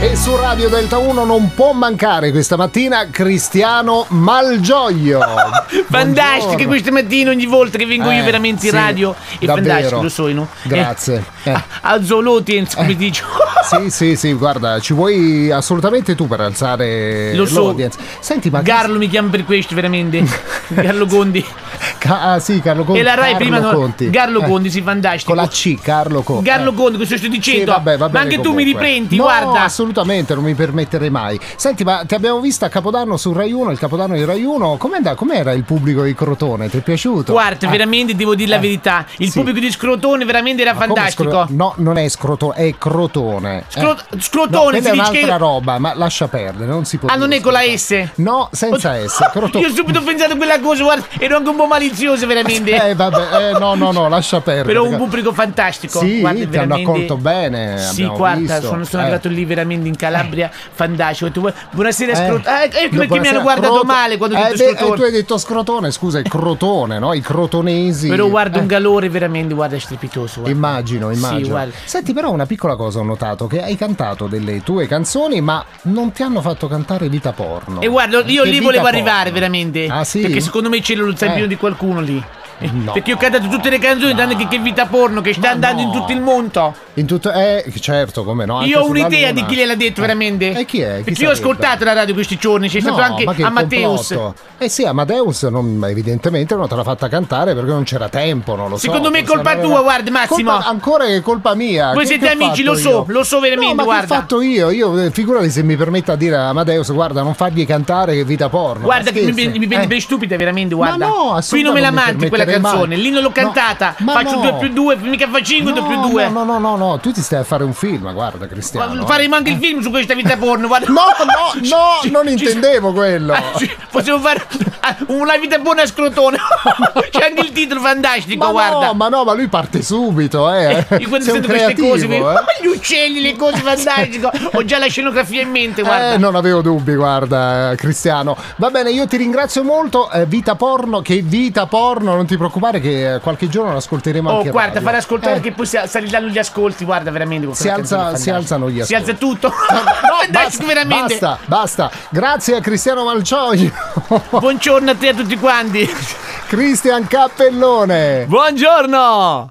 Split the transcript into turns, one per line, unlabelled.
E su Radio Delta 1 non può mancare questa mattina Cristiano Malgioglio.
Fantastico,
Buongiorno.
questa mattina ogni volta che vengo
Eh,
io veramente
sì,
in radio è
davvero.
fantastico, lo sono.
Grazie.
Eh,
Eh.
a- Alzo l'audience, come dice.
Sì, sì, sì, guarda, ci vuoi assolutamente tu per alzare
Lo so.
l'audience. Senti, ma
Garlo mi chiama per questo veramente. Garlo Gondi.
Ca- ah, sì, Carlo Conti.
E la Rai
Carlo
prima non-
Conti.
Garlo
Eh,
Gondi, sì, fantastico.
Con la C, Carlo Conti.
Garlo
Eh.
Gondi, questo sto dicendo.
Sì, vabbè, va
ma
bene
anche tu
comunque.
mi riprendi,
No,
guarda.
assolutamente, non mi permetterei mai. Senti, ma ti abbiamo vista a Capodanno su Rai 1, il Capodanno di Rai 1. Com'è and- Com'era il pubblico di Crotone? Ti è piaciuto?
Guarda,
Ah,
veramente devo dire
Eh,
la verità. Il
sì.
pubblico di Scrotone veramente era
ma come
fantastico.
scro- no, non è Scrotone, è Crotone.
Scro-
Eh.
Scrotone,
No, quella
si
è
dice
un'altra
che-
roba, ma lascia perdere, non si può
Ah,
dire
non è con la
Scrotone.
S?
No, senza S, Crotone.
Io ho subito pensato a quella cosa, guarda, ero anche un po' malizioso veramente.
Eh, vabbè, eh, no, no, no, lascia perdere.
Però un pubblico fantastico.
Sì,
guarda,
ti hanno
veramente-
accolto bene,
Sì,
abbiamo
guarda,
visto.
sono, sono
Eh.
arrivato lì veramente in Calabria, fantastico. Tu vuoi- Buonasera,
Eh,
Scrot- eh, eh, perché mi
buonasera,
hanno guardato
Croto-
male quando ho
Eh,
detto
beh, eh,
Scrotone.
tu hai detto scrotone, scusa, il crotone, no? I crotonesi.
Però guarda,
Eh,
un calore veramente, guarda, è strepitoso. guarda.
Immagino, immagino.
Sì, guarda.
Senti, però una piccola cosa ho notato, che hai cantato delle tue canzoni, ma non ti hanno fatto cantare Vita Porno.
E guarda, io
Che
lì
Vita
volevo
Porno?
arrivare veramente.
Ah sì?
Perché secondo me c'è lo zampino
Eh.
di qualcuno lì. Eh,
No.
Perché ho cantato tutte le canzoni, tranne che Che vita porno, che
Ma
sta andando
no.
in tutto il mondo.
In tutto... Eh, certo, come no. anche
Io ho
sulla
un'idea
Luna.
di chi gliel'ha detto
Eh.
veramente.
E chi è? Chi
Perché io ho
sarebbe?
ascoltato la radio questi giorni, c'è stato
No,
anche
ma che
a Matteus.
complotto. Eh sì, Amadeus non- evidentemente non te l'ha fatta cantare perché non c'era tempo, non lo so.
Secondo me è
forse
colpa
non
tua, guarda, Massimo.
Colpa- ancora che è colpa mia.
Voi
Che-
siete
che ho
amici,
fatto
lo so,
io?
lo so veramente,
No, ma
guarda.
che ho fatto io? Io eh, figurati se mi permette a dire a Amadeus, guarda, non fargli cantare che vita porno.
Guarda,
Ma
che mi,
scherzi?
mi prendi
Eh.
per stupida, veramente, guarda.
Ma no,
Qui non me
assolutamente
la
non mi
manti quella
permetterei mai.
canzone, lì non l'ho
No,
cantata.
ma
Faccio
no.
2 più 2, mica fa 5 2 più 2.
No, no, no, no, tu ti stai a fare un film, guarda Cristiano.
Faremo anche il film su questa vita porno, guarda.
No, no, no, non intendevo quello.
Ah, sì, possiamo fare ah, una vita buona a scrotone. C'è anche il titolo fantastico,
Ma
guarda.
no, ma no, ma lui parte subito, eh.
Io quando
Sei un
sento queste cose, mi...
creativo, eh.
gli uccelli, le cose fantastiche. Ho già la scenografia in mente, guarda.
Eh, non avevo dubbi, guarda, eh, Cristiano. Va bene, io ti ringrazio molto. eh, vita porno, che vita porno, non ti preoccupare, che eh, qualche giorno l'ascolteremo
Oh,
anche. in
guarda,
radio.
far ascoltare
Eh,
che poi sa- saliranno gli ascolti, guarda, veramente. con
Si
quella
alza-
canzone
si
fantastica.
alzano gli
Si alza
ascolti.
tutto.
basta,
fantastico, veramente.
basta, basta. Grazie a Cristiano Malcioglio,
Buongiorno a te e a tutti quanti.
Cristian Cappellone.
Buongiorno.